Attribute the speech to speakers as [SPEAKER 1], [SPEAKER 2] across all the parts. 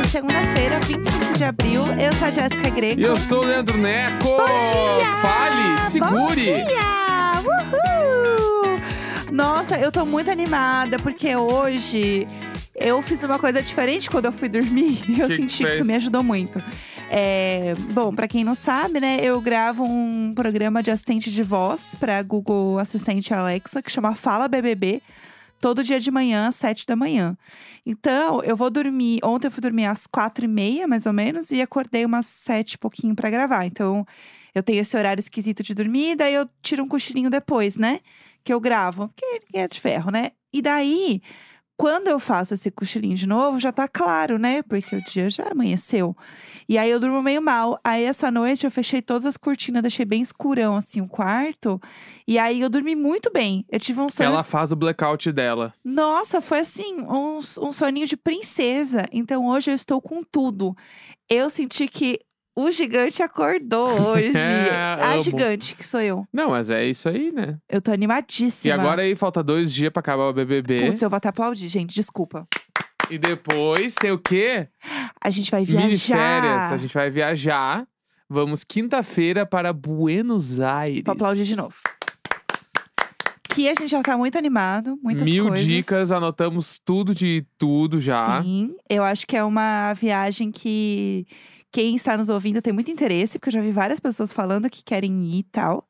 [SPEAKER 1] é segunda-feira, 25 de abril. Eu sou a Jéssica Greco.
[SPEAKER 2] E eu sou o Leandro Neco.
[SPEAKER 1] Bom dia!
[SPEAKER 2] Fale, segure.
[SPEAKER 1] Bom dia! Uhul! Nossa, eu tô muito animada porque hoje eu fiz uma coisa diferente quando eu fui dormir. Eu
[SPEAKER 2] que
[SPEAKER 1] senti que
[SPEAKER 2] fez?
[SPEAKER 1] isso me ajudou muito. É, bom, pra quem não sabe, né, eu gravo um programa de assistente de voz pra Google Assistente Alexa que chama Fala BBB. Todo dia de manhã, às sete da manhã. Então, eu vou dormir. Ontem eu fui dormir às quatro e meia, mais ou menos, e acordei umas sete e pouquinho pra gravar. Então, eu tenho esse horário esquisito de dormir, daí eu tiro um cochilinho depois, né? Que eu gravo, porque ninguém é de ferro, né? E daí, quando eu faço esse cochilinho de novo, já tá claro, né? Porque o dia já amanheceu. E aí eu durmo meio mal. Aí essa noite eu fechei todas as cortinas, deixei bem escurão assim o quarto. E aí eu dormi muito bem. Eu tive um sono
[SPEAKER 2] Ela faz o blackout dela.
[SPEAKER 1] nossa, foi assim, um, s- um soninho de princesa. Então hoje eu estou com tudo. Eu senti que o gigante acordou hoje.
[SPEAKER 2] É,
[SPEAKER 1] A
[SPEAKER 2] amo.
[SPEAKER 1] gigante, que sou eu.
[SPEAKER 2] Não, mas é isso aí, né?
[SPEAKER 1] Eu tô animadíssima.
[SPEAKER 2] E agora é? aí falta dois dias pra acabar o BBB.
[SPEAKER 1] Putz, eu vou até aplaudir, gente, desculpa.
[SPEAKER 2] E depois tem o quê?
[SPEAKER 1] A gente vai
[SPEAKER 2] Miniférias.
[SPEAKER 1] viajar.
[SPEAKER 2] A gente vai viajar. Vamos quinta-feira para Buenos Aires.
[SPEAKER 1] Vou aplaudir de novo. Que a gente já tá muito animado, muitas
[SPEAKER 2] Mil
[SPEAKER 1] coisas.
[SPEAKER 2] dicas, anotamos tudo de tudo já.
[SPEAKER 1] Sim, eu acho que é uma viagem que quem está nos ouvindo tem muito interesse, porque eu já vi várias pessoas falando que querem ir e tal.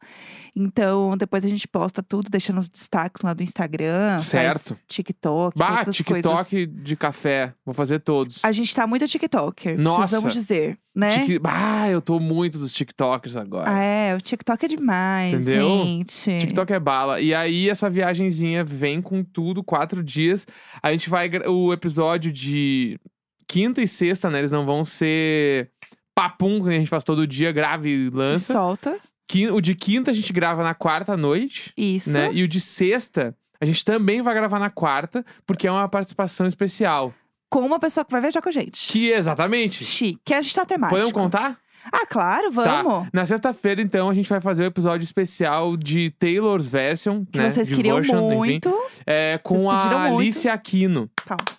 [SPEAKER 1] Então, depois a gente posta tudo, deixando os destaques lá do Instagram.
[SPEAKER 2] Certo.
[SPEAKER 1] faz TikTok,
[SPEAKER 2] Bah,
[SPEAKER 1] todas as
[SPEAKER 2] TikTok
[SPEAKER 1] coisas.
[SPEAKER 2] de café. Vou fazer todos.
[SPEAKER 1] A gente tá muito TikToker,
[SPEAKER 2] Nossa.
[SPEAKER 1] precisamos dizer, né?
[SPEAKER 2] Tik- Ah, eu tô muito dos TikTokers agora.
[SPEAKER 1] Ah, é, o TikTok é demais,
[SPEAKER 2] Entendeu?
[SPEAKER 1] gente.
[SPEAKER 2] TikTok é bala. E aí, essa viagenzinha vem com tudo, quatro dias. A gente vai. gra- O episódio de quinta e sexta, né? Eles não vão ser papum, que a gente faz todo dia, grave e
[SPEAKER 1] E
[SPEAKER 2] lança.
[SPEAKER 1] solta.
[SPEAKER 2] Quin- O de quinta a gente grava na quarta à noite,
[SPEAKER 1] Isso.
[SPEAKER 2] né? E o de sexta. A gente também vai gravar na quarta, porque é uma participação especial.
[SPEAKER 1] Com uma pessoa que vai viajar com a gente.
[SPEAKER 2] Que exatamente.
[SPEAKER 1] Chique. Que a gente tá temático.
[SPEAKER 2] Podemos contar?
[SPEAKER 1] Ah, claro,
[SPEAKER 2] um Tá.
[SPEAKER 1] vamos.
[SPEAKER 2] Na sexta-feira, então, a gente vai fazer o episódio especial de Taylor's Version,
[SPEAKER 1] Que
[SPEAKER 2] né?
[SPEAKER 1] vocês
[SPEAKER 2] de
[SPEAKER 1] queriam
[SPEAKER 2] version, enfim.
[SPEAKER 1] muito.
[SPEAKER 2] É, com
[SPEAKER 1] Vocês pediram
[SPEAKER 2] a
[SPEAKER 1] muito.
[SPEAKER 2] Alice Aquino,
[SPEAKER 1] Palmas.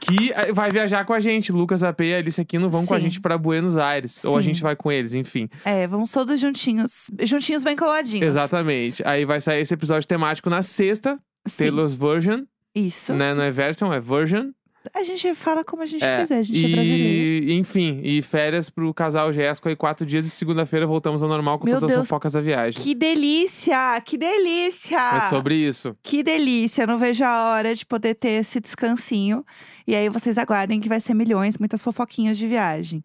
[SPEAKER 2] que eh, vai viajar com a gente. Lucas AP e a Alice Aquino vão com a
[SPEAKER 1] Sim.
[SPEAKER 2] gente pra Buenos Aires. Ou a
[SPEAKER 1] Sim.
[SPEAKER 2] gente vai com eles, enfim.
[SPEAKER 1] É, vamos todos juntinhos. Juntinhos bem coladinhos.
[SPEAKER 2] Exatamente. Aí vai sair esse episódio temático na sexta,
[SPEAKER 1] Sim,
[SPEAKER 2] Taylor's Version,
[SPEAKER 1] Isso.
[SPEAKER 2] né? Não é version, é version.
[SPEAKER 1] A gente fala como a gente
[SPEAKER 2] É,
[SPEAKER 1] quiser, a gente é brasileiro.
[SPEAKER 2] e, enfim, e férias pro casal Jéssico aí quatro dias e segunda-feira voltamos ao normal com
[SPEAKER 1] Meu
[SPEAKER 2] todas
[SPEAKER 1] Deus,
[SPEAKER 2] as fofocas da viagem.
[SPEAKER 1] Que delícia! Que delícia!
[SPEAKER 2] É sobre isso.
[SPEAKER 1] Que delícia! Eu Não vejo a hora de poder ter esse descansinho. E aí vocês aguardem que vai ser milhões, muitas fofoquinhas de viagem.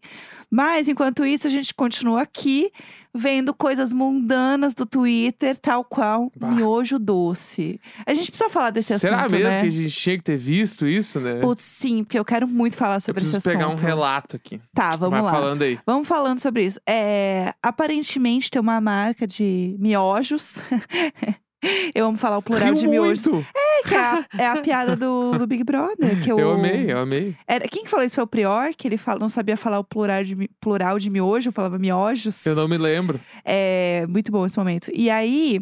[SPEAKER 1] Mas enquanto isso, a gente continua aqui vendo coisas mundanas do Twitter, tal qual
[SPEAKER 2] Bah.
[SPEAKER 1] miojo doce. A gente precisa falar desse
[SPEAKER 2] Será
[SPEAKER 1] assunto,
[SPEAKER 2] mesmo
[SPEAKER 1] né?
[SPEAKER 2] que a gente tinha que ter visto isso, né?
[SPEAKER 1] Putz, sim, porque eu quero muito falar
[SPEAKER 2] Eu
[SPEAKER 1] sobre esse
[SPEAKER 2] preciso
[SPEAKER 1] assunto.
[SPEAKER 2] pegar um relato aqui.
[SPEAKER 1] Tá, vamos
[SPEAKER 2] Tipo, Vai
[SPEAKER 1] lá.
[SPEAKER 2] falando aí.
[SPEAKER 1] Vamos falando sobre isso. É, aparentemente tem uma marca de miojos. Eu amo falar o plural
[SPEAKER 2] Riu
[SPEAKER 1] de miojos.
[SPEAKER 2] muito.
[SPEAKER 1] É, que é a, é a piada do, do Big Brother. Que eu,
[SPEAKER 2] Eu... amei, eu amei.
[SPEAKER 1] Era- quem que falou isso foi o Prior, que ele fala- não sabia falar o plural de, mi- plural de miojo, falava miojos.
[SPEAKER 2] Eu não me lembro.
[SPEAKER 1] É muito bom esse momento. E aí,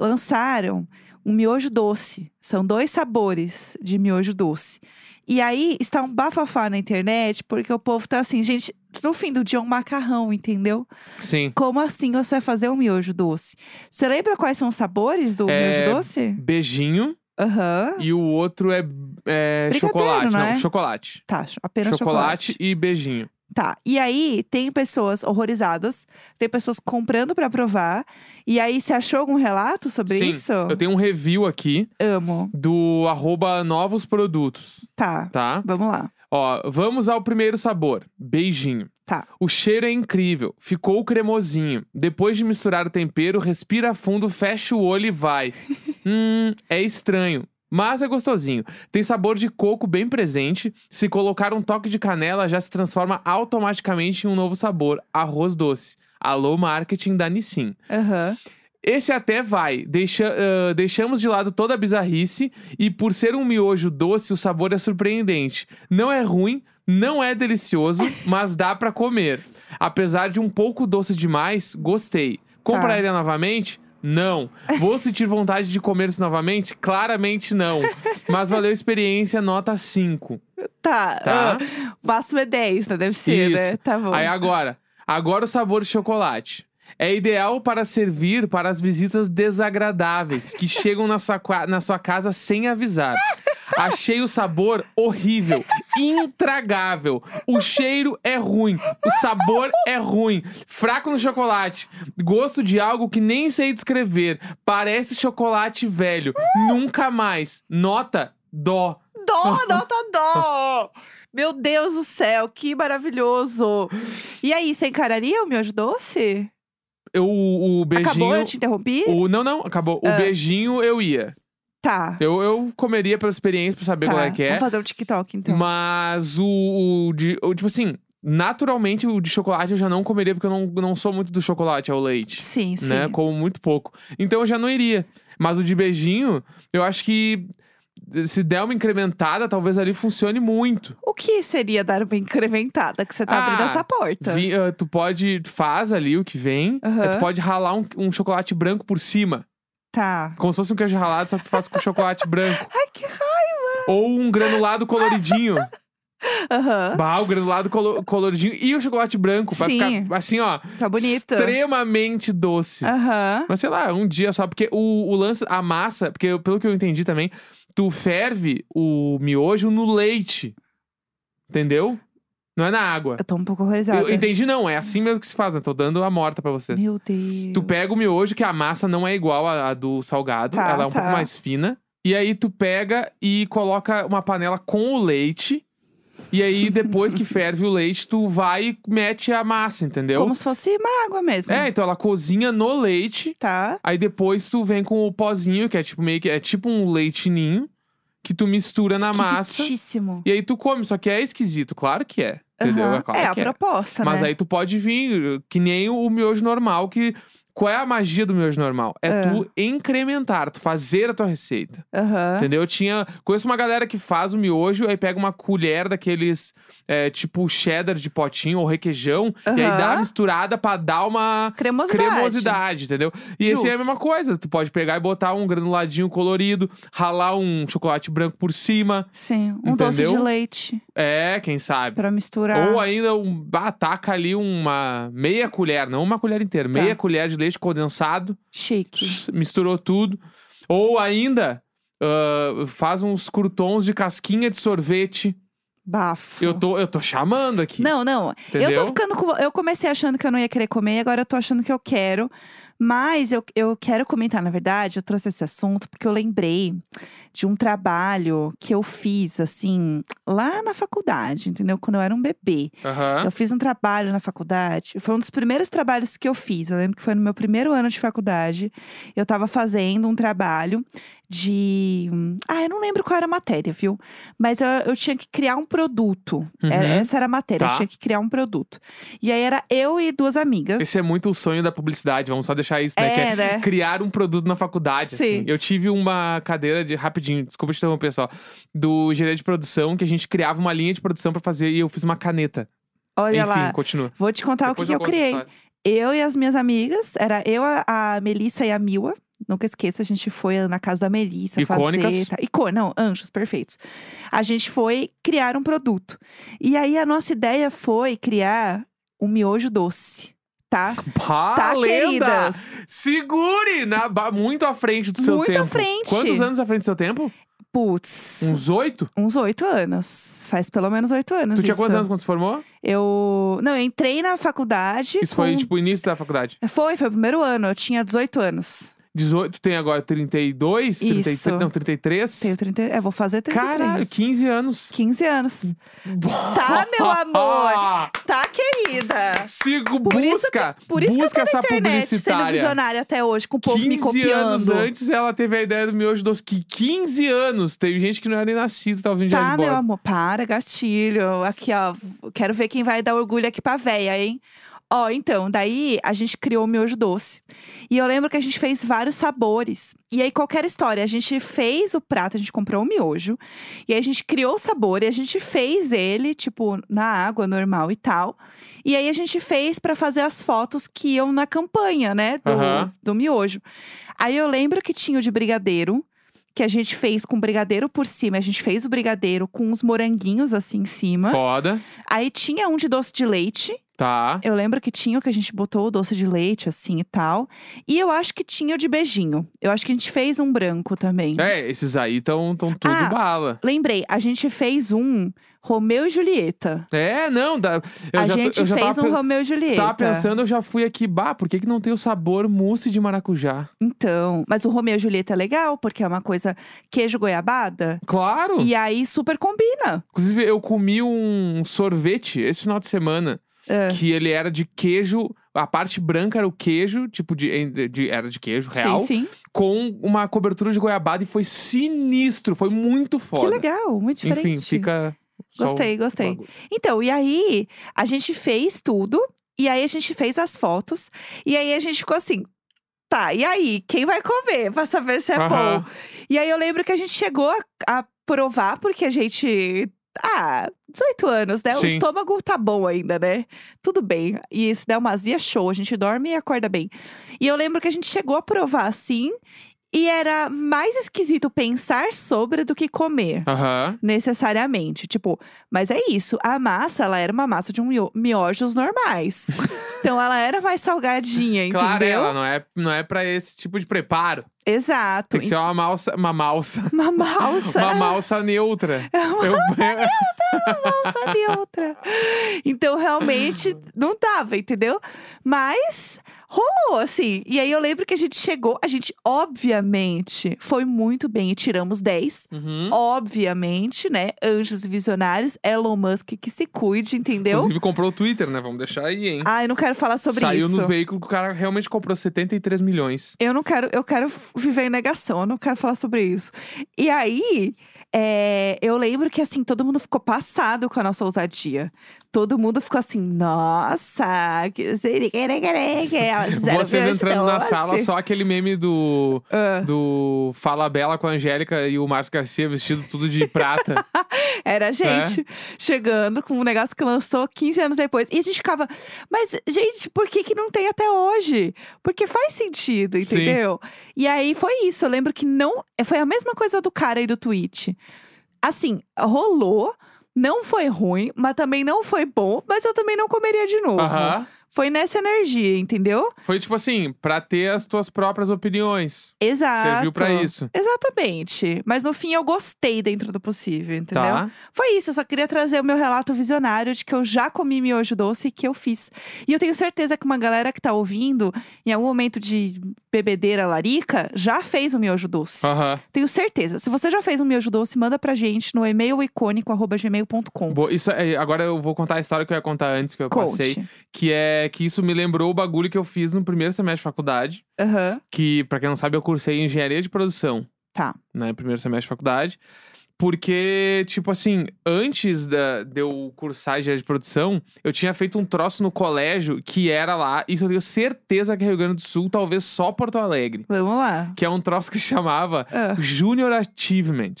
[SPEAKER 1] lançaram um miojo doce. São dois sabores de miojo doce. E aí, está um bafafá na internet, porque o povo tá assim, gente, no fim do dia é um macarrão, entendeu?
[SPEAKER 2] Sim.
[SPEAKER 1] Como assim você vai fazer um miojo doce? Você lembra quais são os sabores do
[SPEAKER 2] É,
[SPEAKER 1] miojo doce?
[SPEAKER 2] Beijinho
[SPEAKER 1] Aham.
[SPEAKER 2] e o outro é, é,
[SPEAKER 1] Brigadeiro,
[SPEAKER 2] chocolate.
[SPEAKER 1] não é?
[SPEAKER 2] chocolate.
[SPEAKER 1] Tá, cho- apenas chocolate.
[SPEAKER 2] e beijinho.
[SPEAKER 1] Tá. E aí, tem pessoas horrorizadas, tem pessoas comprando pra provar. E aí, você achou algum relato sobre
[SPEAKER 2] Sim,
[SPEAKER 1] isso?
[SPEAKER 2] Eu tenho um review aqui
[SPEAKER 1] Amo.
[SPEAKER 2] do arroba novos produtos,
[SPEAKER 1] Tá.
[SPEAKER 2] tá?
[SPEAKER 1] Vamos lá.
[SPEAKER 2] Ó, vamos ao primeiro sabor. Beijinho.
[SPEAKER 1] Tá.
[SPEAKER 2] O cheiro é incrível. Ficou cremosinho. Depois de misturar o tempero, respira fundo, fecha o olho e vai. hum, é estranho. Mas é gostosinho. Tem sabor de coco bem presente. Se colocar um toque de canela, já se transforma automaticamente em um novo sabor. Arroz doce. Alô, marketing da Nissin.
[SPEAKER 1] Aham.
[SPEAKER 2] Esse até vai. Deixa- ah, deixamos de lado toda a bizarrice e por ser um miojo doce, o sabor é surpreendente. Não é ruim, não é delicioso, mas dá pra comer. Apesar de um pouco doce demais, gostei. Compraria novamente? Não. Vou sentir vontade de comer isso novamente? Claramente não. Mas valeu a experiência, nota 5.
[SPEAKER 1] Tá.
[SPEAKER 2] Tá?
[SPEAKER 1] ah, O máximo é 10, né? Deve ser, né?
[SPEAKER 2] Isso.
[SPEAKER 1] Tá bom.
[SPEAKER 2] Aí agora, agora o sabor de chocolate. É ideal para servir para as visitas desagradáveis que chegam na sua, qua- na sua casa sem avisar. Achei o sabor horrível, intragável. O cheiro é ruim, o sabor é ruim. Fraco no chocolate, gosto de algo que nem sei descrever. Parece chocolate velho. Nunca mais. Nota dó.
[SPEAKER 1] Dó, nota dó! Meu Deus do céu, que maravilhoso! E aí, você encararia o miojo doce?
[SPEAKER 2] Eu, o, o beijinho.
[SPEAKER 1] Acabou, eu te interrompi?
[SPEAKER 2] O, não, não, acabou.
[SPEAKER 1] Ah.
[SPEAKER 2] O beijinho eu ia.
[SPEAKER 1] Tá.
[SPEAKER 2] Eu, eu comeria pela experiência, pra saber
[SPEAKER 1] tá.
[SPEAKER 2] qual é que é.
[SPEAKER 1] Vamos fazer um TikTok, então.
[SPEAKER 2] Mas o, o de. o- tipo assim, naturalmente o de chocolate eu já não comeria, porque eu não, não sou muito do chocolate ao leite.
[SPEAKER 1] Sim, sim.
[SPEAKER 2] Né? Como muito pouco. Então eu já não iria. Mas o de beijinho, eu acho que se der uma incrementada, talvez ali funcione muito.
[SPEAKER 1] O que seria dar uma incrementada? Que você tá abrindo
[SPEAKER 2] Ah,
[SPEAKER 1] essa porta.
[SPEAKER 2] Vi- ah, tu pode. tu Faz ali o que vem.
[SPEAKER 1] Aham.
[SPEAKER 2] Aí Tu pode ralar um, um chocolate branco por cima.
[SPEAKER 1] Tá.
[SPEAKER 2] Como se fosse um queijo ralado, só que tu faz com chocolate branco.
[SPEAKER 1] Ai, que raiva!
[SPEAKER 2] Ou um granulado coloridinho.
[SPEAKER 1] Aham.
[SPEAKER 2] Bah, o granulado colo- coloridinho e o chocolate branco. Vai
[SPEAKER 1] Sim.
[SPEAKER 2] ficar assim, ó.
[SPEAKER 1] Tá bonito.
[SPEAKER 2] Extremamente doce.
[SPEAKER 1] Aham.
[SPEAKER 2] Mas sei lá, um dia só. Porque o, o lance, a massa, porque eu- pelo que eu entendi também, tu ferve o miojo no leite. Entendeu? Não é na água.
[SPEAKER 1] Eu tô um pouco horrorizada.
[SPEAKER 2] Eu entendi, não. É assim mesmo que se faz, né? Tô dando a morta pra vocês.
[SPEAKER 1] Meu Deus.
[SPEAKER 2] Tu pega o miojo, que a massa não é igual à, à do salgado,
[SPEAKER 1] Tá,
[SPEAKER 2] ela é um
[SPEAKER 1] tá.
[SPEAKER 2] pouco mais fina. E aí tu pega e coloca uma panela com o leite. E aí, depois que ferve o leite, tu vai e mete a massa, entendeu?
[SPEAKER 1] Como assim? se fosse uma água mesmo.
[SPEAKER 2] É, então ela cozinha no leite.
[SPEAKER 1] Tá.
[SPEAKER 2] Aí depois tu vem com o pozinho, que é tipo meio que é tipo um leitinho que tu mistura na massa.
[SPEAKER 1] Esquisitíssimo.
[SPEAKER 2] E aí tu come, só que é esquisito, claro que é. Entendeu?
[SPEAKER 1] Aham.
[SPEAKER 2] É claro
[SPEAKER 1] é a
[SPEAKER 2] que é.
[SPEAKER 1] proposta,
[SPEAKER 2] Mas
[SPEAKER 1] né?
[SPEAKER 2] aí tu pode vir que nem o miojo normal, que. Qual é a magia do miojo normal? É
[SPEAKER 1] Ah. Ah.
[SPEAKER 2] tu incrementar, tu fazer a tua receita.
[SPEAKER 1] Aham.
[SPEAKER 2] Entendeu? Eu tinha. Conheço uma galera que faz o miojo, aí pega uma colher daqueles é, tipo cheddar de potinho ou requeijão, e aí dá
[SPEAKER 1] Aham.
[SPEAKER 2] uma misturada pra dar uma
[SPEAKER 1] Cremosidade.
[SPEAKER 2] cremosidade, entendeu? E esse é a mesma coisa. Tu pode pegar e botar um granuladinho colorido, ralar um chocolate branco por cima.
[SPEAKER 1] Sim. Um doce de
[SPEAKER 2] Entendeu?
[SPEAKER 1] leite
[SPEAKER 2] É, quem sabe?
[SPEAKER 1] pra misturar.
[SPEAKER 2] Ou ainda um, ataca ali uma meia colher, não uma colher inteira,
[SPEAKER 1] Tá.
[SPEAKER 2] meia colher de leite condensado,
[SPEAKER 1] Chique.
[SPEAKER 2] misturou tudo. Ou ainda ah, faz uns croutons de casquinha de sorvete.
[SPEAKER 1] Bafo.
[SPEAKER 2] Eu tô, eu tô chamando aqui.
[SPEAKER 1] Não, não. Eu
[SPEAKER 2] Entendeu?
[SPEAKER 1] tô ficando com. Eu comecei achando que eu não ia querer comer, agora eu tô achando que eu quero. Mas eu, eu quero comentar, na verdade, eu trouxe esse assunto porque eu lembrei de um trabalho que eu fiz, assim, lá na faculdade, entendeu? Quando eu era um bebê.
[SPEAKER 2] Aham.
[SPEAKER 1] Eu fiz um trabalho na faculdade. Foi um dos primeiros trabalhos que eu fiz. Eu lembro que foi no meu primeiro ano de faculdade. Eu tava fazendo um trabalho de. hum, Ah, eu não lembro qual era a matéria, viu? Mas eu, eu tinha que criar um produto. Era-
[SPEAKER 2] Uhum.
[SPEAKER 1] essa era a matéria. Eu
[SPEAKER 2] Tá.
[SPEAKER 1] tinha que criar um produto. E aí era eu e duas amigas.
[SPEAKER 2] Esse é muito o sonho da publicidade, vamos só deixar isso, né? Que
[SPEAKER 1] é, né?
[SPEAKER 2] criar um produto na faculdade,
[SPEAKER 1] Sim.
[SPEAKER 2] assim. Eu tive uma cadeira de rapidinho, desculpa te interromper só, do gerente de produção que a gente criava uma linha de produção pra fazer e eu fiz uma caneta.
[SPEAKER 1] Olha
[SPEAKER 2] Enfim,
[SPEAKER 1] lá.
[SPEAKER 2] continua.
[SPEAKER 1] Vou te contar
[SPEAKER 2] Depois
[SPEAKER 1] Tá, o que que eu
[SPEAKER 2] conto essa
[SPEAKER 1] criei.
[SPEAKER 2] história.
[SPEAKER 1] eu e as minhas amigas, era eu, a, a Melissa e a Mila. Nunca esqueço, a gente foi na casa da Melissa
[SPEAKER 2] Icônicas.
[SPEAKER 1] fazer. Tá, icô- não, anjos, perfeitos. A gente foi criar um produto. E aí a nossa ideia foi criar um miojo doce, tá?
[SPEAKER 2] Pá,
[SPEAKER 1] tá,
[SPEAKER 2] lenda!
[SPEAKER 1] queridas?
[SPEAKER 2] Segure! Na, ba- muito à frente do seu
[SPEAKER 1] Muito à
[SPEAKER 2] tempo.
[SPEAKER 1] frente.
[SPEAKER 2] Quantos anos à frente do seu tempo?
[SPEAKER 1] Putz,
[SPEAKER 2] Uns oito?
[SPEAKER 1] uns oito anos. Faz pelo menos oito anos.
[SPEAKER 2] Um Tu tinha
[SPEAKER 1] isso. é
[SPEAKER 2] quantos anos quando se formou?
[SPEAKER 1] Eu. Não, eu entrei na faculdade.
[SPEAKER 2] Isso
[SPEAKER 1] com...
[SPEAKER 2] foi, tipo, início da faculdade.
[SPEAKER 1] Foi, foi o primeiro ano. Eu tinha 18 anos.
[SPEAKER 2] 18, tu tem agora 32, 33,
[SPEAKER 1] Isso.
[SPEAKER 2] não, 33.
[SPEAKER 1] Tenho 30. É, vou fazer 33.
[SPEAKER 2] Caralho, 15 anos.
[SPEAKER 1] 15 anos. Tá, meu amor?
[SPEAKER 2] Ah,
[SPEAKER 1] Tá, querida?
[SPEAKER 2] sigo,
[SPEAKER 1] Por isso
[SPEAKER 2] busca,
[SPEAKER 1] Por isso
[SPEAKER 2] busca
[SPEAKER 1] que eu
[SPEAKER 2] essa
[SPEAKER 1] tô na internet sendo
[SPEAKER 2] publicitária.
[SPEAKER 1] visionária até hoje, com o povo me
[SPEAKER 2] 15 anos
[SPEAKER 1] copiando.
[SPEAKER 2] antes ela teve a ideia do miojo doce. Que 15 anos! Teve gente que não era nem nascido, tá ouvindo
[SPEAKER 1] Tá,
[SPEAKER 2] Diário de
[SPEAKER 1] meu
[SPEAKER 2] Bordo.
[SPEAKER 1] amor. Para, gatilho. Aqui, ó. Quero ver quem vai dar orgulho aqui pra véia, hein? Ó, então, daí a gente criou o miojo doce. E eu lembro que a gente fez vários sabores. E aí, qualquer história, a gente fez o prato, a gente comprou o miojo. E aí, a gente criou o sabor e a gente fez ele, tipo, na água normal e tal. E aí, a gente fez pra fazer as fotos que iam na campanha, né, do,
[SPEAKER 2] Aham.
[SPEAKER 1] do miojo. Aí, eu lembro que tinha o de brigadeiro. Que a gente fez com brigadeiro por cima. A gente fez o brigadeiro com uns moranguinhos assim em cima.
[SPEAKER 2] Foda.
[SPEAKER 1] Aí tinha um de doce de leite.
[SPEAKER 2] Tá.
[SPEAKER 1] Eu lembro que tinha o que a gente botou o doce de leite, assim e tal. E eu acho que tinha o de beijinho. Eu acho que a gente fez um branco também.
[SPEAKER 2] É, esses aí estão tão tudo
[SPEAKER 1] Ah.
[SPEAKER 2] bala.
[SPEAKER 1] Lembrei, a gente fez um Romeu e Julieta.
[SPEAKER 2] É, não, dá. Eu
[SPEAKER 1] a
[SPEAKER 2] já, tô-
[SPEAKER 1] gente
[SPEAKER 2] eu já
[SPEAKER 1] fez
[SPEAKER 2] tava,
[SPEAKER 1] um
[SPEAKER 2] pe-
[SPEAKER 1] Romeu e Julieta.
[SPEAKER 2] Tava pensando, eu já fui aqui, bah, por que, que não tem o sabor mousse de maracujá?
[SPEAKER 1] Então, mas o Romeu e Julieta é legal, porque é uma coisa queijo goiabada.
[SPEAKER 2] Claro!
[SPEAKER 1] E aí super combina.
[SPEAKER 2] Inclusive, eu comi um sorvete esse final de semana.
[SPEAKER 1] Ah.
[SPEAKER 2] Que ele era de queijo. A parte branca era o queijo, tipo de. de- era de queijo real.
[SPEAKER 1] Sim, sim.
[SPEAKER 2] Com uma cobertura de goiabada e foi sinistro. Foi muito foda.
[SPEAKER 1] Que legal, muito diferente.
[SPEAKER 2] Enfim, fica. só o-
[SPEAKER 1] Gostei, gostei.
[SPEAKER 2] o-
[SPEAKER 1] Então, e aí a gente fez tudo, e aí a gente fez as fotos, e aí a gente ficou assim. Tá, e aí? Quem vai comer pra saber se é
[SPEAKER 2] Aham.
[SPEAKER 1] bom? E aí eu lembro que a gente chegou a, a provar, porque a gente. Ah, 18 anos, né? O
[SPEAKER 2] Sim.
[SPEAKER 1] estômago tá bom ainda, né? Tudo bem. E se der uma azia, show. A gente dorme e acorda bem. E eu lembro que a gente chegou a provar assim, e era mais esquisito pensar sobre do que comer
[SPEAKER 2] Aham.
[SPEAKER 1] necessariamente. Tipo, mas é isso. A massa, ela era uma massa de um mio- miojos normais. então ela era mais salgadinha, entendeu?
[SPEAKER 2] Claro, ela não é, não é pra esse tipo de preparo.
[SPEAKER 1] Exato.
[SPEAKER 2] Tem que ser uma malsa. Uma malsa.
[SPEAKER 1] Uma malsa.
[SPEAKER 2] Uma malsa neutra.
[SPEAKER 1] É uma
[SPEAKER 2] Eu-
[SPEAKER 1] malsa neutra. Então realmente não dava, entendeu? Mas rolou assim. E aí eu lembro que a gente chegou, a gente obviamente foi muito bem e tiramos 10.
[SPEAKER 2] Uhum.
[SPEAKER 1] Obviamente, né? Anjos e visionários, Elon Musk que se cuide, entendeu?
[SPEAKER 2] Inclusive comprou o Twitter, né? Vamos deixar aí, hein?
[SPEAKER 1] Ah, eu não quero falar sobre
[SPEAKER 2] Saiu
[SPEAKER 1] isso.
[SPEAKER 2] nos veículos que o cara realmente comprou 73 milhões.
[SPEAKER 1] Eu não quero, eu quero viver em negação, eu não quero falar sobre isso. E aí, é, eu lembro que assim, todo mundo ficou passado com a nossa ousadia. Todo mundo ficou assim, nossa, que
[SPEAKER 2] Vocês
[SPEAKER 1] Vocês
[SPEAKER 2] entrando na sala, só aquele meme do,
[SPEAKER 1] Ah.
[SPEAKER 2] do Fala Bela com a Angélica e o Márcio Garcia vestido tudo de prata. É.
[SPEAKER 1] Era a gente chegando com um negócio que lançou 15 anos depois. E a gente ficava, mas, gente, por que, que não tem até hoje? Porque faz sentido,
[SPEAKER 2] Sim.
[SPEAKER 1] entendeu? E aí foi isso. Eu lembro que não. Foi a mesma coisa do cara aí do tweet. Assim, rolou. Não foi ruim, mas também não foi bom, mas eu também não comeria de novo.
[SPEAKER 2] Aham.
[SPEAKER 1] Foi nessa energia, entendeu?
[SPEAKER 2] Foi tipo assim, pra ter as tuas próprias opiniões.
[SPEAKER 1] Exato.
[SPEAKER 2] Serviu pra isso.
[SPEAKER 1] Exatamente. Mas no fim eu gostei dentro do possível, entendeu?
[SPEAKER 2] Tá?
[SPEAKER 1] Foi isso, eu só queria trazer o meu relato visionário de que eu já comi miojo doce e que eu fiz. E eu tenho certeza que uma galera que tá ouvindo, em algum momento de bebedeira larica, já fez o miojo doce.
[SPEAKER 2] Tá? Aham.
[SPEAKER 1] Tenho certeza. Se você já fez um miojo doce, manda pra gente no e-mail icônico.gmail.com.
[SPEAKER 2] Boa, Isso, é, agora eu vou contar a história que eu ia contar antes, que eu passei.
[SPEAKER 1] Coach.
[SPEAKER 2] Que é que isso me lembrou o bagulho que eu fiz no primeiro semestre de faculdade.
[SPEAKER 1] Aham.
[SPEAKER 2] que, pra quem não sabe, eu cursei engenharia de produção.
[SPEAKER 1] Tá.
[SPEAKER 2] Né, primeiro semestre de faculdade. Porque, tipo assim, antes da, de eu cursar engenharia de produção, eu tinha feito um troço no colégio que era lá, isso eu tenho certeza que é Rio Grande do Sul, talvez só Porto Alegre.
[SPEAKER 1] Vamos lá.
[SPEAKER 2] Que é um troço que chamava
[SPEAKER 1] Ah,
[SPEAKER 2] Junior Achievement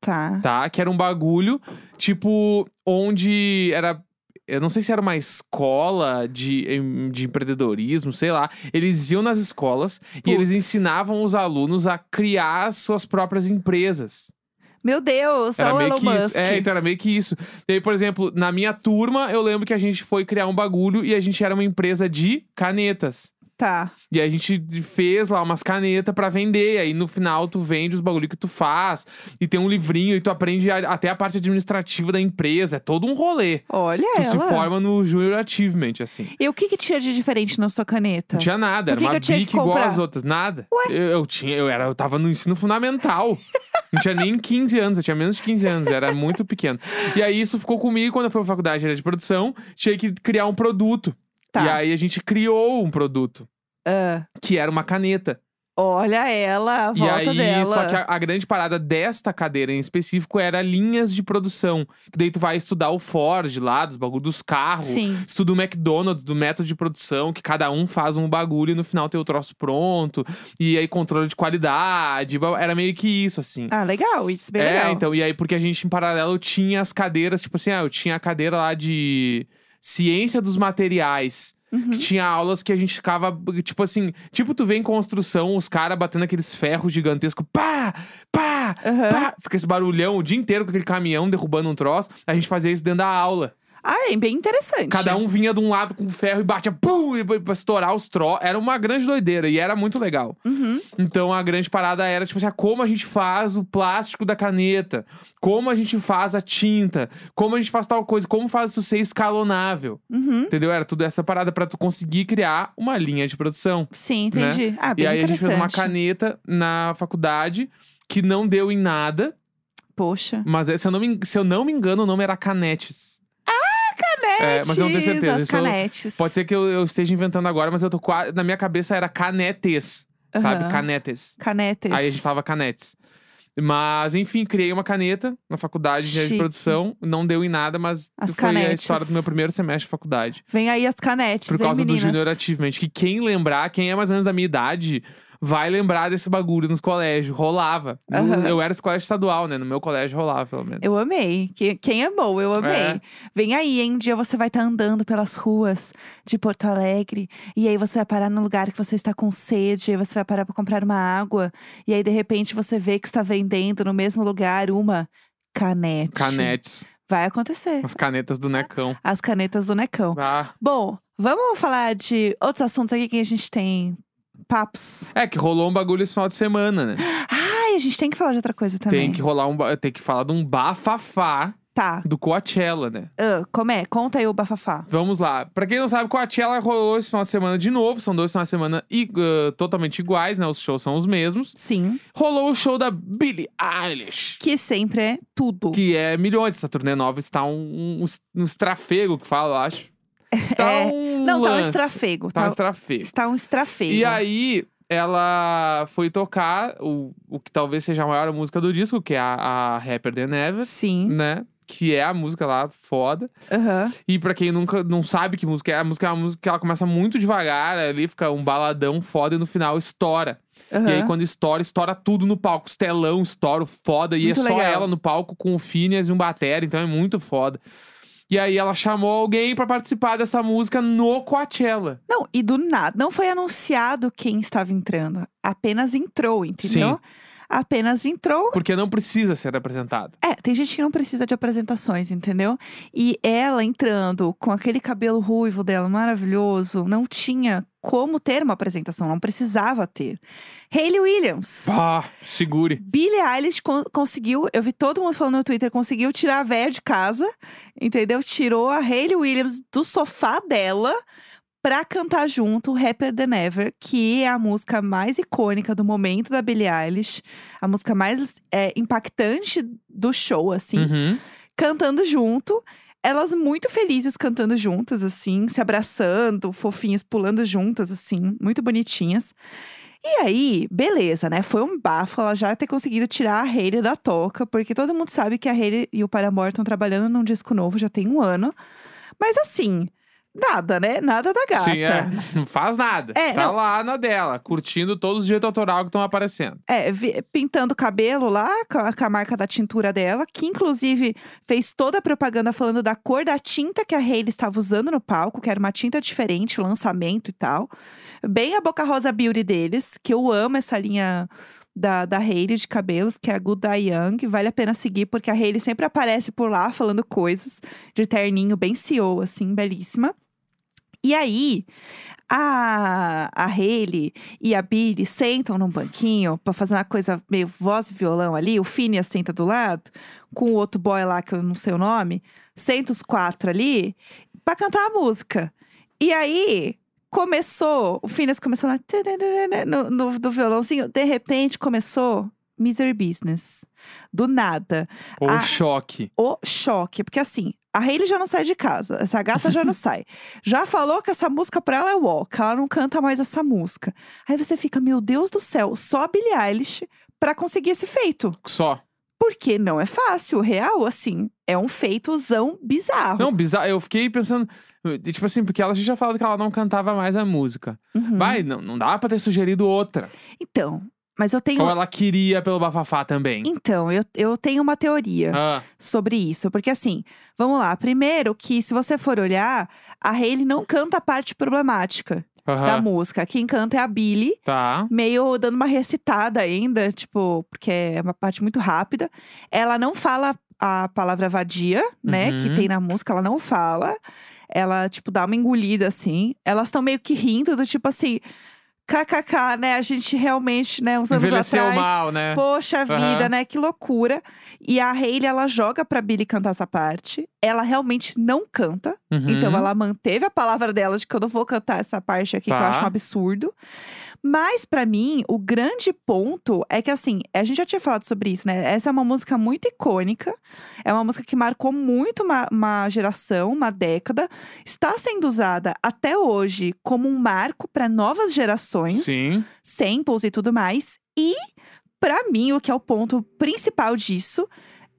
[SPEAKER 1] tá.
[SPEAKER 2] tá? Que era um bagulho, tipo, onde era. Eu não sei se era uma escola de, em- de empreendedorismo, sei lá. Eles iam nas escolas e eles
[SPEAKER 1] Putz.
[SPEAKER 2] ensinavam os alunos a criar as suas próprias empresas.
[SPEAKER 1] Meu Deus,
[SPEAKER 2] era
[SPEAKER 1] olha o
[SPEAKER 2] meio
[SPEAKER 1] Elon
[SPEAKER 2] que
[SPEAKER 1] Musk.
[SPEAKER 2] isso. É, então era meio que isso. E aí, por exemplo, na minha turma, eu lembro que a gente foi criar um bagulho e a gente era uma empresa de canetas.
[SPEAKER 1] Tá.
[SPEAKER 2] E a gente fez lá umas canetas pra vender. E aí no final tu vende os bagulho que tu faz. E tem um livrinho e tu aprende a- até a parte administrativa da empresa. É todo um rolê.
[SPEAKER 1] Olha
[SPEAKER 2] Tu
[SPEAKER 1] ela.
[SPEAKER 2] se forma no Junior Achievement, assim.
[SPEAKER 1] E o que que tinha de diferente na sua caneta?
[SPEAKER 2] Não tinha nada,
[SPEAKER 1] Tá.
[SPEAKER 2] era
[SPEAKER 1] Por que que
[SPEAKER 2] uma
[SPEAKER 1] eu tinha que
[SPEAKER 2] bica igual
[SPEAKER 1] comprar?
[SPEAKER 2] às outras. Nada. Eu, eu tinha, eu era, eu tava no ensino fundamental. Não tinha nem 15 anos, eu tinha menos de 15 anos, era muito pequeno. E aí isso ficou comigo quando eu fui pra faculdade era de produção, tinha que criar um produto.
[SPEAKER 1] Tá.
[SPEAKER 2] E aí a gente criou um produto,
[SPEAKER 1] Ah,
[SPEAKER 2] que era uma caneta.
[SPEAKER 1] Olha ela, a
[SPEAKER 2] E
[SPEAKER 1] volta
[SPEAKER 2] aí,
[SPEAKER 1] dela.
[SPEAKER 2] só que a, a grande parada desta cadeira em específico era linhas de produção. Que daí tu vai estudar o Ford lá, dos bagulho dos carros.
[SPEAKER 1] Sim.
[SPEAKER 2] Estuda o McDonald's, do método de produção, que cada um faz um bagulho e no final tem o troço pronto. E aí controle de qualidade. blá, blá. Era meio que isso, assim.
[SPEAKER 1] Ah, legal, isso, bem
[SPEAKER 2] é,
[SPEAKER 1] legal.
[SPEAKER 2] então, e aí porque a gente em paralelo tinha as cadeiras, tipo assim, ah, eu tinha a cadeira lá de ciência dos materiais.
[SPEAKER 1] Uhum.
[SPEAKER 2] Que tinha aulas que a gente ficava, tipo assim, tipo tu vê em construção os caras batendo aqueles ferros gigantescos, pá, pá,
[SPEAKER 1] Aham.
[SPEAKER 2] pá, fica esse barulhão o dia inteiro com aquele caminhão derrubando um troço. A gente fazia isso dentro da aula.
[SPEAKER 1] Ah, é bem interessante.
[SPEAKER 2] Cada um vinha de um lado com ferro e batia, pum, e pra estourar os troços. Era uma grande doideira e era muito legal.
[SPEAKER 1] Uhum.
[SPEAKER 2] Então a grande parada era, tipo assim, ah, como a gente faz o plástico da caneta, como a gente faz a tinta, como a gente faz tal coisa, como faz isso ser escalonável.
[SPEAKER 1] Uhum.
[SPEAKER 2] Entendeu? Era tudo essa parada pra tu conseguir criar uma linha de produção.
[SPEAKER 1] Sim, entendi. Ah, bem
[SPEAKER 2] né? e aí a gente
[SPEAKER 1] interessante.
[SPEAKER 2] fez uma caneta na faculdade que não deu em nada,
[SPEAKER 1] Poxa.
[SPEAKER 2] mas é- se eu não me, en- se eu não me engano, o nome era Canetes. Ah, Canetes! mas eu não tenho
[SPEAKER 1] Tis,
[SPEAKER 2] certeza.
[SPEAKER 1] As
[SPEAKER 2] isso eu-
[SPEAKER 1] canetes.
[SPEAKER 2] pode ser que eu, eu esteja inventando agora, mas eu tô quase. Na minha cabeça era Canetes, sabe?
[SPEAKER 1] Aham.
[SPEAKER 2] Canetes.
[SPEAKER 1] Canetes.
[SPEAKER 2] Aí a gente falava canetes. Mas, enfim, criei uma caneta na faculdade de engenharia de
[SPEAKER 1] Chique.
[SPEAKER 2] produção. Não deu em nada, mas
[SPEAKER 1] As
[SPEAKER 2] foi a
[SPEAKER 1] canetes.
[SPEAKER 2] história do meu primeiro semestre de faculdade.
[SPEAKER 1] Vem aí as canetes,
[SPEAKER 2] Por causa
[SPEAKER 1] hein,
[SPEAKER 2] do
[SPEAKER 1] meninas?
[SPEAKER 2] Junior Achievement. Que quem lembrar, quem é mais ou menos da minha idade, vai lembrar desse bagulho nos colégios. Rolava. No-
[SPEAKER 1] Aham.
[SPEAKER 2] Eu era esse colégio estadual, né? No meu colégio rolava, pelo menos.
[SPEAKER 1] Eu amei. Que- Quem amou, eu amei.
[SPEAKER 2] É.
[SPEAKER 1] Vem aí, hein? Um dia você vai estar andando pelas ruas de Porto Alegre. E aí você vai parar num lugar que você está com sede. E aí você vai parar para comprar uma água. E aí, de repente, você vê que está vendendo no mesmo lugar uma canete.
[SPEAKER 2] Canetes.
[SPEAKER 1] Vai acontecer.
[SPEAKER 2] As canetas do Necão.
[SPEAKER 1] As canetas do Necão.
[SPEAKER 2] Ah.
[SPEAKER 1] Bom, vamos falar de outros assuntos aqui que a gente tem papos.
[SPEAKER 2] É que rolou um bagulho esse final de semana, né?
[SPEAKER 1] Ai, a gente tem que falar de outra coisa também.
[SPEAKER 2] Tem que rolar um. ba- Tem que falar de um bafafá
[SPEAKER 1] Tá.
[SPEAKER 2] do Coachella, né?
[SPEAKER 1] Ah, como é? Conta aí o bafafá.
[SPEAKER 2] Vamos lá. Pra quem não sabe, Coachella rolou esse final de semana de novo. São dois finais de semana i- ah, totalmente iguais, né? Os shows são os mesmos.
[SPEAKER 1] Sim.
[SPEAKER 2] Rolou o show da Billie Eilish.
[SPEAKER 1] Que sempre é tudo.
[SPEAKER 2] Que é milhões. Essa turnê nova está um, um, es- um estrafego que fala, eu acho. Tá
[SPEAKER 1] É.
[SPEAKER 2] um
[SPEAKER 1] Não, tá um
[SPEAKER 2] lance.
[SPEAKER 1] estrafego.
[SPEAKER 2] Tá um
[SPEAKER 1] Tá,
[SPEAKER 2] estrafego.
[SPEAKER 1] está um estrafego.
[SPEAKER 2] E aí, ela foi tocar o, o que talvez seja a maior música do disco, que é a, a Rapper Than Ever,
[SPEAKER 1] Sim.
[SPEAKER 2] né? Que é a música lá foda.
[SPEAKER 1] Aham.
[SPEAKER 2] E pra quem nunca não sabe que música é, a música é uma música que ela começa muito devagar, ali fica um baladão foda e no final estoura.
[SPEAKER 1] Aham.
[SPEAKER 2] E aí quando estoura, estoura tudo no palco, os telão, estoura o foda e
[SPEAKER 1] Muito
[SPEAKER 2] é só
[SPEAKER 1] legal.
[SPEAKER 2] ela no palco com o Phineas e um batera, então é muito foda. E aí ela chamou alguém pra participar dessa música no Coachella.
[SPEAKER 1] Não, e do nada. Não foi anunciado quem estava entrando. Apenas entrou, entendeu?
[SPEAKER 2] Sim.
[SPEAKER 1] Apenas entrou.
[SPEAKER 2] Porque não precisa ser apresentada.
[SPEAKER 1] É, tem gente que não precisa de apresentações, entendeu? E ela entrando com aquele cabelo ruivo dela maravilhoso, não tinha como ter uma apresentação, não precisava ter. Hayley Williams.
[SPEAKER 2] Pá, segure.
[SPEAKER 1] Billie Eilish con- conseguiu, eu vi todo mundo falando no Twitter, conseguiu tirar a véia de casa, entendeu? Tirou a Hayley Williams do sofá dela pra cantar junto Rapper Than Ever, que é a música mais icônica do momento da Billie Eilish, a música mais é, impactante do show, assim,
[SPEAKER 2] Uhum.
[SPEAKER 1] cantando junto. Elas muito felizes cantando juntas, assim, se abraçando, fofinhas, pulando juntas, assim, muito bonitinhas. E aí, beleza, né? Foi um bafo ela já ter conseguido tirar a Hayley da toca, porque todo mundo sabe que a Hayley e o Paramore estão trabalhando num disco novo já tem um ano. Mas assim, nada, né? Nada da gata.
[SPEAKER 2] Sim, é. Não faz nada.
[SPEAKER 1] É,
[SPEAKER 2] tá
[SPEAKER 1] não.
[SPEAKER 2] lá na dela, curtindo todos os direitos autorais que estão aparecendo.
[SPEAKER 1] É, vi- pintando o cabelo lá com a, com a marca da tintura dela, que inclusive fez toda a propaganda falando da cor da tinta que a Hayley estava usando no palco, que era uma tinta diferente, o lançamento e tal. Bem a Boca Rosa Beauty deles, que eu amo essa linha da, da Hayley de cabelos, que é a Good Dai Young. Vale a pena seguir, porque a Hayley sempre aparece por lá falando coisas de terninho, bem CEO, assim, belíssima. E aí, a, a Hayley e a Billy sentam num banquinho pra fazer uma coisa meio voz e violão ali. O Phineas senta do lado, com o outro boy lá, que eu não sei o nome. Senta os quatro ali pra cantar a música. E aí, começou, o Phineas começou lá tararara, no, no, do violãozinho. De repente, começou Misery Business. Do nada
[SPEAKER 2] Ou
[SPEAKER 1] Ah.
[SPEAKER 2] choque.
[SPEAKER 1] o choque. Porque assim, A Hailey já não sai de casa, essa gata já não sai. Já falou que essa música pra ela é walk, ela não canta mais essa música. Aí você fica, meu Deus do céu, só a Billie Eilish pra conseguir esse feito.
[SPEAKER 2] Só.
[SPEAKER 1] Porque não é fácil, real, assim, é um feitozão bizarro.
[SPEAKER 2] Não, bizarro. Eu fiquei pensando. eh, Tipo assim, porque ela já tinha falado que ela não cantava mais a música.
[SPEAKER 1] Uhum.
[SPEAKER 2] Vai, não, não dá pra ter sugerido outra.
[SPEAKER 1] Então, mas eu tenho.
[SPEAKER 2] Ou ela queria pelo bafafá também.
[SPEAKER 1] Então, eu, eu tenho uma teoria.
[SPEAKER 2] Ah,
[SPEAKER 1] sobre isso. Porque assim, vamos lá. Primeiro que se você for olhar, a Hayley não canta a parte problemática da
[SPEAKER 2] aham.
[SPEAKER 1] música. Quem canta é a Billy,
[SPEAKER 2] Tá.
[SPEAKER 1] meio dando uma recitada ainda, tipo, porque é uma parte muito rápida. Ela não fala a palavra vadia, né, que
[SPEAKER 2] Uhum.
[SPEAKER 1] tem na música, ela não fala. Ela, tipo, dá uma engolida, assim. Elas estão meio que rindo do tipo assim... KKK, né? A gente realmente, né, uns anos
[SPEAKER 2] Envelheceu
[SPEAKER 1] atrás...
[SPEAKER 2] mal, né?
[SPEAKER 1] Poxa
[SPEAKER 2] Aham.
[SPEAKER 1] vida, né? Que loucura. E a Hayley, ela joga pra Billy cantar essa parte. Ela realmente não canta.
[SPEAKER 2] Uhum.
[SPEAKER 1] Então ela manteve a palavra dela de que eu não vou cantar essa parte aqui, que eu
[SPEAKER 2] Tá.
[SPEAKER 1] acho um absurdo. Mas pra mim, o grande ponto é que assim, a gente já tinha falado sobre isso, né? Essa é uma música muito icônica. É uma música que marcou muito uma, uma geração, uma década. Está sendo usada até hoje como um marco pra novas gerações
[SPEAKER 2] Sim.
[SPEAKER 1] samples e tudo mais. E, pra mim, o que é o ponto principal disso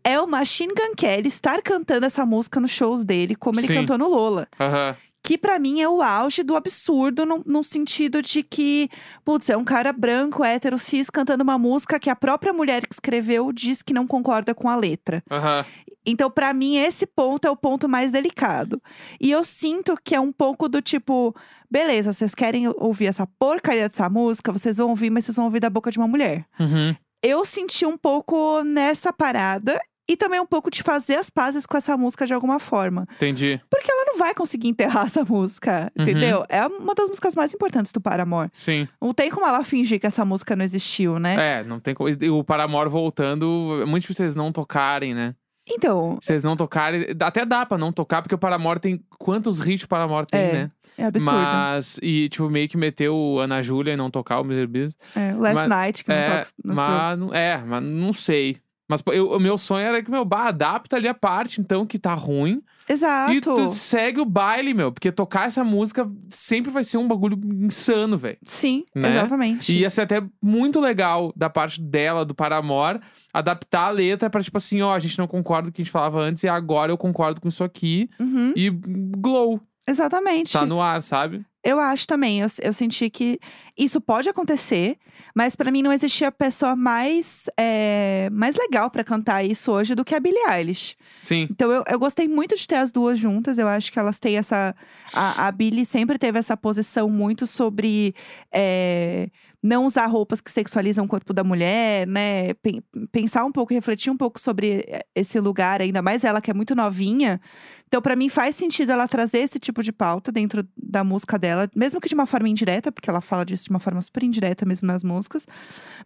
[SPEAKER 1] é o Machine Gun Kelly estar cantando essa música nos shows dele, como ele
[SPEAKER 2] Sim.
[SPEAKER 1] cantou no Lola.
[SPEAKER 2] Aham.
[SPEAKER 1] Que pra mim é o auge do absurdo, num, num sentido de que, putz, é um cara branco, hétero, cis, cantando uma música que a própria mulher que escreveu diz que não concorda com a letra.
[SPEAKER 2] Aham.
[SPEAKER 1] Então, pra mim, esse ponto é o ponto mais delicado. E eu sinto que é um pouco do tipo: beleza, vocês querem ouvir essa porcaria dessa música, vocês vão ouvir, mas vocês vão ouvir da boca de uma mulher.
[SPEAKER 2] Uhum.
[SPEAKER 1] Eu senti um pouco nessa parada. E também um pouco de fazer as pazes com essa música de alguma forma.
[SPEAKER 2] Entendi.
[SPEAKER 1] Porque ela não vai conseguir enterrar essa música,
[SPEAKER 2] Uhum.
[SPEAKER 1] entendeu? É uma das músicas mais importantes do Paramore.
[SPEAKER 2] Sim.
[SPEAKER 1] Não tem como ela fingir que essa música não existiu, né?
[SPEAKER 2] É, não tem como. E o Paramore voltando, é muito difícil vocês não tocarem, né?
[SPEAKER 1] Então,
[SPEAKER 2] Se Vocês não tocarem. Até dá pra não tocar, porque o Paramore tem. Quantos hits o Paramore tem,
[SPEAKER 1] É,
[SPEAKER 2] né?
[SPEAKER 1] é absurdo.
[SPEAKER 2] Mas. E, tipo, meio que meteu o Ana Júlia e não tocar o Mr. Beast.
[SPEAKER 1] É, Last
[SPEAKER 2] mas-
[SPEAKER 1] Night, que não
[SPEAKER 2] É,
[SPEAKER 1] toca nos
[SPEAKER 2] mas.
[SPEAKER 1] Strokes.
[SPEAKER 2] não- É, mas não sei. Mas pô, eu- o meu sonho era que, meu, bah, adapta ali a parte, então, que tá ruim.
[SPEAKER 1] Exato.
[SPEAKER 2] E tu segue o baile, meu. Porque tocar essa música sempre vai ser um bagulho insano, velho.
[SPEAKER 1] Sim,
[SPEAKER 2] né?
[SPEAKER 1] exatamente.
[SPEAKER 2] E ia ser até muito legal da parte dela, do Paramore, adaptar a letra pra tipo assim, ó, a gente não concorda com o que a gente falava antes e agora eu concordo com isso aqui.
[SPEAKER 1] Uhum,
[SPEAKER 2] E glow,
[SPEAKER 1] exatamente.
[SPEAKER 2] tá no ar, sabe?
[SPEAKER 1] Eu acho também. Eu, eu senti que isso pode acontecer, mas pra mim não existia pessoa mais, é, mais legal pra cantar isso hoje do que a Billie Eilish.
[SPEAKER 2] Sim.
[SPEAKER 1] Então eu, eu gostei muito de ter as duas juntas. Eu acho que elas têm essa. A, a Billie sempre teve essa posição muito sobre é, não usar roupas que sexualizam o corpo da mulher, né? Pen- pensar um pouco, refletir um pouco sobre eh, esse lugar, ainda mais ela que é muito novinha. Então, pra mim, faz sentido ela trazer esse tipo de pauta dentro da música dela, mesmo que de uma forma indireta, porque ela fala disso de uma forma super indireta mesmo nas músicas.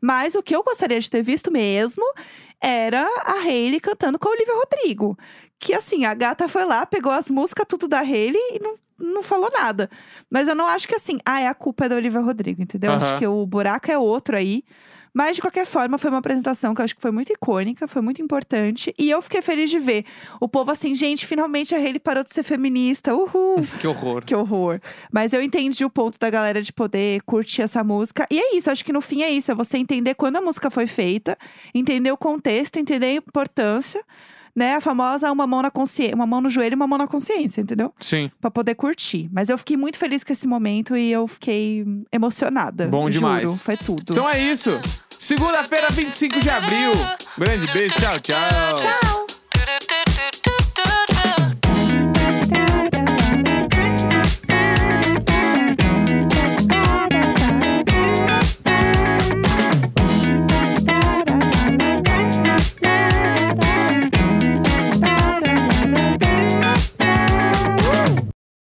[SPEAKER 1] Mas o que eu gostaria de ter visto mesmo era a Hayley cantando com a Olivia Rodrigo. Que assim, a gata foi lá, pegou as músicas tudo da Hayley e não, não falou nada. Mas eu não acho que assim, ah, é a culpa é da Olivia Rodrigo, entendeu? Eu Acho
[SPEAKER 2] Aham.
[SPEAKER 1] que o buraco é outro aí. Mas, de qualquer forma, foi uma apresentação que eu acho que foi muito icônica, foi muito importante. E eu fiquei feliz de ver o povo assim, gente, finalmente a Hayley parou de ser feminista. Uhul!
[SPEAKER 2] Que horror.
[SPEAKER 1] Que horror. Mas eu entendi o ponto da galera de poder curtir essa música. E é isso, acho que no fim é isso. É você entender quando a música foi feita, entender o contexto, entender a importância. Né, a famosa uma mão na consciência, uma mão no joelho e uma mão na consciência, entendeu?
[SPEAKER 2] Sim.
[SPEAKER 1] Pra poder curtir. Mas eu fiquei muito feliz com esse momento e eu fiquei emocionada.
[SPEAKER 2] Bom
[SPEAKER 1] juro.
[SPEAKER 2] demais.
[SPEAKER 1] Foi tudo.
[SPEAKER 2] Então é isso. Segunda-feira, 25 de abril. Grande beijo, tchau, tchau.
[SPEAKER 1] Tchau!